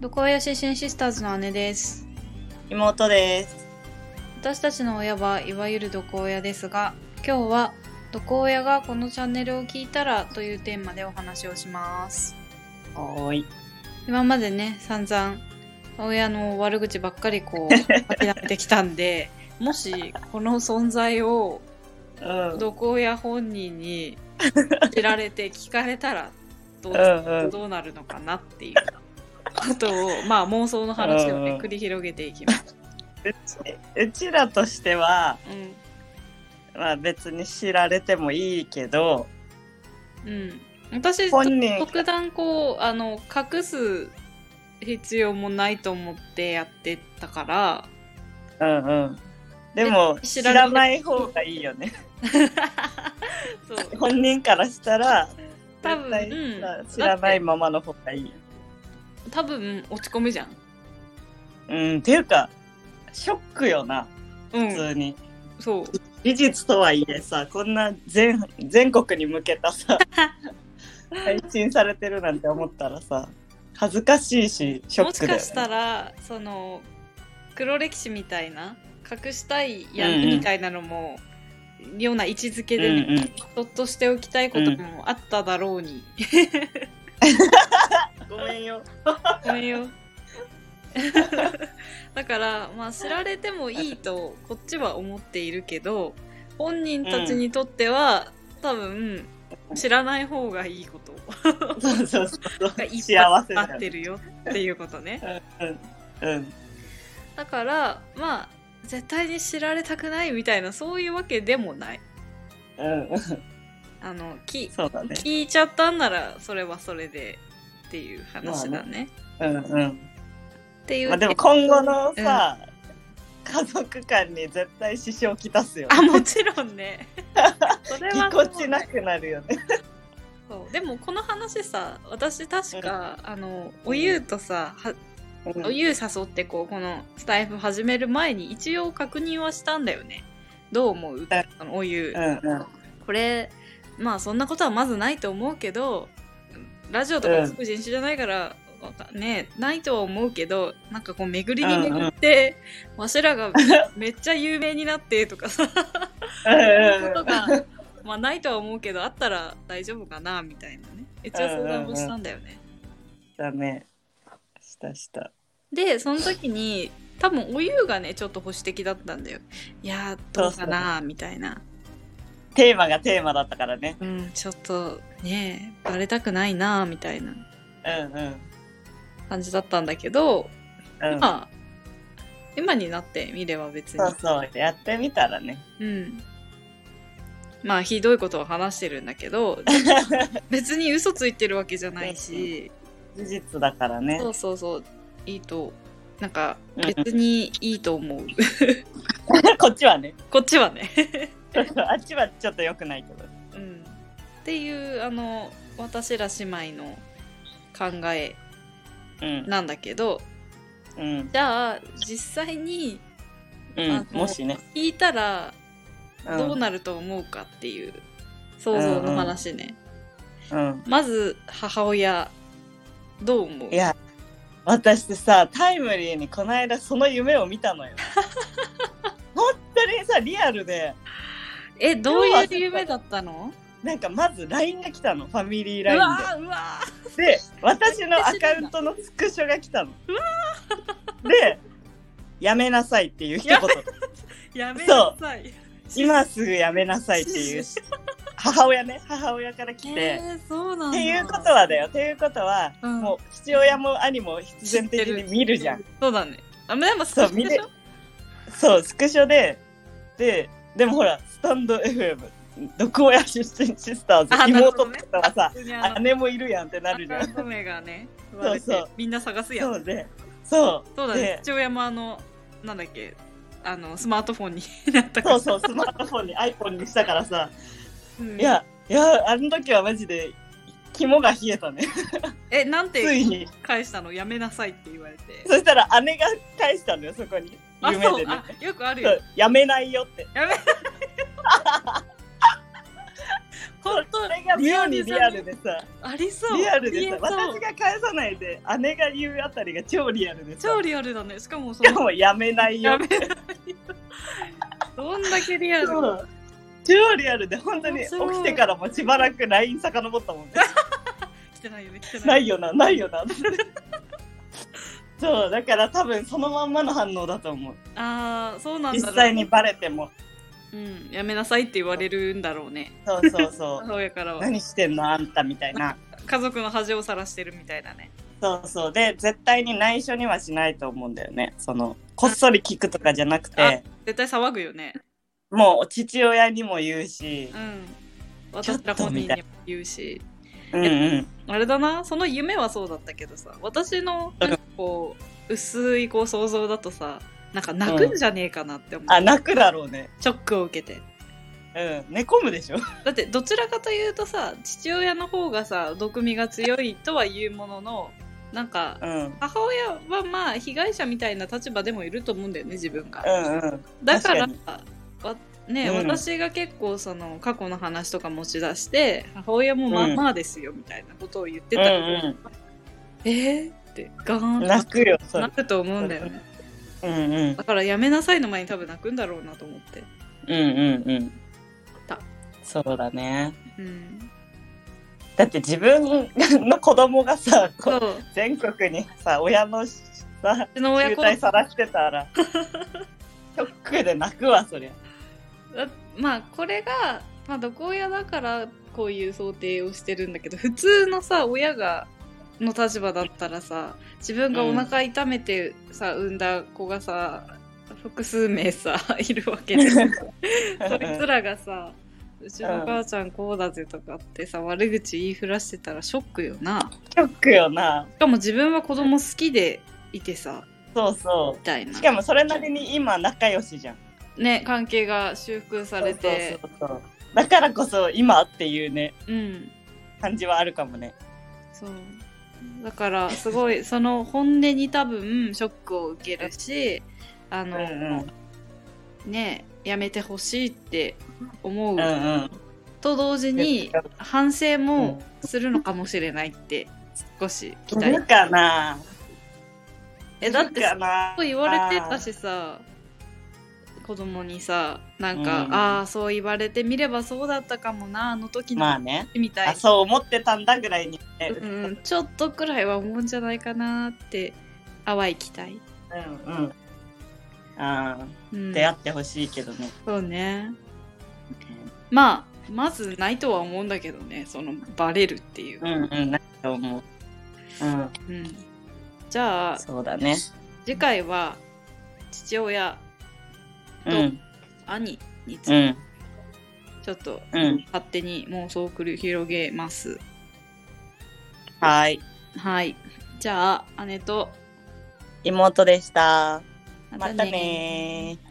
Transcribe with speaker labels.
Speaker 1: 横林シンシスターズの姉です。
Speaker 2: 妹です。
Speaker 1: 私たちの親はいわゆる毒親ですが、今日は毒親がこのチャンネルを聞いたらというテーマでお話をします。
Speaker 2: はーい。
Speaker 1: 今までね、散々親の悪口ばっかりこう諦めてきたん で、もしこの存在を
Speaker 2: うん。うん
Speaker 1: 毒親本人に知られて聞かれたらどう
Speaker 2: うん。
Speaker 1: どうなるのかなっていうことを、まあ妄想の話を
Speaker 2: うんう
Speaker 1: ね
Speaker 2: ん、
Speaker 1: 繰り広げていきます。
Speaker 2: うち、うちらとしては、
Speaker 1: うん
Speaker 2: まあ別に知られてもいいけど、
Speaker 1: うん、私
Speaker 2: 本人
Speaker 1: 特段こうあの隠す必要もないと思ってやってたから
Speaker 2: うんうん。でも、
Speaker 1: 知
Speaker 2: 知
Speaker 1: られ
Speaker 2: らない方がいいよね。
Speaker 1: そう
Speaker 2: 本人からしたら、
Speaker 1: 多分
Speaker 2: 絶対
Speaker 1: うん
Speaker 2: さ知らないままの方がいい。
Speaker 1: 多分落ち込むじゃん。
Speaker 2: うん。っていうか、ショックよな、
Speaker 1: う
Speaker 2: 普
Speaker 1: ん、
Speaker 2: 通に。
Speaker 1: そう
Speaker 2: 事実とはいえさ、こんな全全国に向け たさ、配信されてるなんて思ったらさ、恥ずかしいし、ショ
Speaker 1: も
Speaker 2: ッ
Speaker 1: し
Speaker 2: クだよ、ね。
Speaker 1: かしたらその黒歴史みたいな隠したい闇みたいなのも、ような位置づけで、ね
Speaker 2: うんうん
Speaker 1: そっとしておきたいこともあっただろうに。
Speaker 2: ごめんよ。
Speaker 1: ごめんよ。 だから、まあ、知られてもいいとこっちは思っているけど本人たちにとっては、多分知らない方がいいこと
Speaker 2: そうそうそうそう。
Speaker 1: がいっぱ
Speaker 2: 幸せ
Speaker 1: い
Speaker 2: だ
Speaker 1: あ
Speaker 2: よ
Speaker 1: ってるよっていうことね。
Speaker 2: うんうん。
Speaker 1: だからまあ絶対に知られたくないみたいなそういうわけでもない。
Speaker 2: うん。うん。
Speaker 1: あのき
Speaker 2: そうだね。
Speaker 1: 聞いちゃったんならそれはそれでっていう話だね。
Speaker 2: うんうん。
Speaker 1: っていう、
Speaker 2: まあでも今後のさ、家族間に絶対支障きたすよ、ね。
Speaker 1: あもちろんね。 それ
Speaker 2: ぎ
Speaker 1: そう
Speaker 2: こちなくなるよね。
Speaker 1: そうでもこの話さ私確か、あのおゆうとさ、は
Speaker 2: うん
Speaker 1: おゆう誘ってこうこのスタイフ始める前に一応確認はしたんだよねどう思うあのおゆう、
Speaker 2: うんうん
Speaker 1: これまあそんなことはまずないと思うけどラジオとか聞く人種じゃないから、わかねないとは思うけどなんかこう巡りに巡って、わしらがめっちゃ有名になってとかさそういうことが、まあ、ないとは思うけどあったら大丈夫かなみたいなね一応相談もしたんだよね。
Speaker 2: だね。したした。
Speaker 1: でその時に多分お湯がねちょっと保守的だったんだよ。いやーどうかなみたいな。
Speaker 2: テーマがテーマだったからね。
Speaker 1: うんちょっとねバレたくないなみたいな
Speaker 2: うんうん。
Speaker 1: 感じだったんだけど、
Speaker 2: うん、
Speaker 1: まあ今になってみれば別に
Speaker 2: そうそうやってみたらね
Speaker 1: うんまあひどいことを話してるんだけ どでも別に嘘ついてるわけじゃないし。
Speaker 2: 事実だからね
Speaker 1: そうそうそういいとなんか
Speaker 2: うん
Speaker 1: 別にいいと思う
Speaker 2: こっちはね
Speaker 1: こっちはね、
Speaker 2: あっちはちょっと良くないけど
Speaker 1: うん、っていうあの私ら姉妹の考え
Speaker 2: うん
Speaker 1: なんだけど
Speaker 2: うん
Speaker 1: じゃあ実際に
Speaker 2: う
Speaker 1: あ
Speaker 2: ん
Speaker 1: の
Speaker 2: もしね
Speaker 1: 聞いたら
Speaker 2: うん
Speaker 1: どうなると思うかっていう想像の話ね、
Speaker 2: うん
Speaker 1: まず母親どう思う
Speaker 2: いや私さタイムリーにこの間その夢を見た のよ本当にさリアルで
Speaker 1: えどういう夢だったの
Speaker 2: なんかまず LINE が来たのファミリー
Speaker 1: う
Speaker 2: LINE
Speaker 1: わーうわ
Speaker 2: でで私のアカウントのスクショが来たのでやめなさいっていう一言
Speaker 1: ーやめなさい
Speaker 2: 今すぐやめなさいっていう母親ね母親から来て、
Speaker 1: えー、そうなん
Speaker 2: っ
Speaker 1: だ
Speaker 2: ていうことはだよっていうことは、
Speaker 1: うん
Speaker 2: もう父親も兄も必然的に見るじゃん
Speaker 1: そうだね。あ、でも
Speaker 2: そう見てそうスクショでででもほらスタンド FM 毒親出身シスター
Speaker 1: あ
Speaker 2: ズ妹とかはさ、
Speaker 1: 普通にあの
Speaker 2: 姉もいるやんってなるじゃ
Speaker 1: アカ
Speaker 2: ん
Speaker 1: ウント名がね、
Speaker 2: う
Speaker 1: 割れて
Speaker 2: そう
Speaker 1: みんな探すやん。そ
Speaker 2: そ
Speaker 1: う
Speaker 2: うでそう
Speaker 1: だね
Speaker 2: で。
Speaker 1: 父親もあのなんだっけ、あのスマートフォンになったから。
Speaker 2: そうそうスマートフォンに iPhone にしたからさ、
Speaker 1: うん
Speaker 2: いやいやあの時はマジで肝が冷えたね
Speaker 1: え、なん
Speaker 2: つ
Speaker 1: て
Speaker 2: いに
Speaker 1: 返したのやめなさいって言われて。
Speaker 2: そしたら姉が返したのよそこに
Speaker 1: あ、
Speaker 2: 夢
Speaker 1: そう
Speaker 2: で。ね
Speaker 1: あ、よくある
Speaker 2: そ
Speaker 1: よ
Speaker 2: う。やめないよって
Speaker 1: やめ。本当
Speaker 2: それが妙にリアルでさ
Speaker 1: ありそう
Speaker 2: リアルで
Speaker 1: 言
Speaker 2: さ
Speaker 1: えそう
Speaker 2: 私が返さないで姉が言うあたりが超リアルでさ
Speaker 1: 超リアルだねしかもそ
Speaker 2: しか
Speaker 1: の
Speaker 2: もやめないよ
Speaker 1: やめないよ どんだけリアル
Speaker 2: そう超リアルで本当に
Speaker 1: 面
Speaker 2: 起
Speaker 1: 白い
Speaker 2: きてからもしばらく LINE 遡っ たもんね
Speaker 1: 来てないよね来てな
Speaker 2: ないいよなないよな そうだから多分そのまんまの反応だと思う
Speaker 1: ああそうなんだ
Speaker 2: 実
Speaker 1: ろう
Speaker 2: 際にバレても
Speaker 1: うんやめなさいって言われるんだろうね
Speaker 2: そうそうそ
Speaker 1: 母親から
Speaker 2: う
Speaker 1: は
Speaker 2: 何してんのあんたみたいな
Speaker 1: 家族の恥をさらしてるみたいだね
Speaker 2: そうそうで絶対に内緒にはしないと思うんだよねそのこっそり聞くとかじゃなく
Speaker 1: あ
Speaker 2: て
Speaker 1: 絶対騒ぐよね
Speaker 2: もう父親にも言うし
Speaker 1: う、ん私ら本人にも言うし
Speaker 2: うんうん、
Speaker 1: あれだなその夢はそうだったけどさ私のなんかこう薄いこう想像だとさなんか泣くんじゃねえかなって思う、
Speaker 2: あ泣くだろうね
Speaker 1: ショックを受けて
Speaker 2: うん寝込む でしょ
Speaker 1: だってどちらかというとさ父親の方がさ毒味が強いとは言うもののなんか
Speaker 2: うんうん
Speaker 1: 母親はまあ被害者みたいな立場でもいると思うんだよね自分が、
Speaker 2: うん
Speaker 1: だから
Speaker 2: 確
Speaker 1: わね、
Speaker 2: うん
Speaker 1: 私が結構その過去の話とか持ち出して母親もまあまあですよみたいなことを言って
Speaker 2: う
Speaker 1: たけど、
Speaker 2: ん
Speaker 1: えー、ってガー
Speaker 2: う
Speaker 1: ン
Speaker 2: ん
Speaker 1: と
Speaker 2: 泣くよそ
Speaker 1: な
Speaker 2: れ
Speaker 1: ると思うんだよね
Speaker 2: うんうん
Speaker 1: だから「やめなさい」の前に多分泣くんだろうなと思って
Speaker 2: うんうんうん
Speaker 1: た
Speaker 2: そうだね
Speaker 1: うん
Speaker 2: だって自分の子供がさこ
Speaker 1: そうう
Speaker 2: 全国にさ親のさ
Speaker 1: うちの親
Speaker 2: 渋
Speaker 1: 子
Speaker 2: 滞さらして たらショックで泣くわそりゃ
Speaker 1: あまあこれが、まあ、毒親だからこういう想定をしてるんだけど普通のさ親がの立場だったらさ自分がお腹痛めてさ産んだ子がさ複数名さ いる わけでそいつらがさうちの母ちゃんこうだぜとかってさ悪口言いふらしてたらショックよな
Speaker 2: ショックよな
Speaker 1: しかも自分は子供好きでいてさ
Speaker 2: そうそ
Speaker 1: みたいうな
Speaker 2: しかもそれなりに今仲良しじゃん
Speaker 1: ね関係が修復されて
Speaker 2: そうそうそうだからこそ今っていうね
Speaker 1: うん
Speaker 2: 感じはあるかもね
Speaker 1: そうだからすごいその本音に多分ショックを受けるしあ
Speaker 2: う
Speaker 1: の、
Speaker 2: ん
Speaker 1: ねやめてほしいって思う、
Speaker 2: うんうんうん
Speaker 1: と同時に
Speaker 2: うん
Speaker 1: 反省もするのかもしれないって少し期
Speaker 2: い
Speaker 1: 待
Speaker 2: るかな
Speaker 1: えだって
Speaker 2: いるかな
Speaker 1: そう言われてたしさ子供にさなんか、
Speaker 2: うん
Speaker 1: ああそう言われてみればそうだったかもなあの時の
Speaker 2: まあね
Speaker 1: みたいな
Speaker 2: あそう思ってたんだぐらいにね
Speaker 1: うんうん、ちょっとくらいは思うんじゃないかなって淡い期待、
Speaker 2: うんうんああ
Speaker 1: うん、
Speaker 2: 出会ってほしいけどね、
Speaker 1: そうねまあまずないとは思うんだけどねそのバレるっていう、
Speaker 2: うんうんないと思ううん
Speaker 1: うんじゃあ
Speaker 2: そうだね
Speaker 1: 次回は父親
Speaker 2: う
Speaker 1: どうん兄につ
Speaker 2: う
Speaker 1: いて
Speaker 2: ん
Speaker 1: ちょっと
Speaker 2: うん
Speaker 1: 勝手に妄想を繰り広げます、
Speaker 2: はい
Speaker 1: はいじゃあ姉と
Speaker 2: 妹でしたまた
Speaker 1: ー
Speaker 2: ねー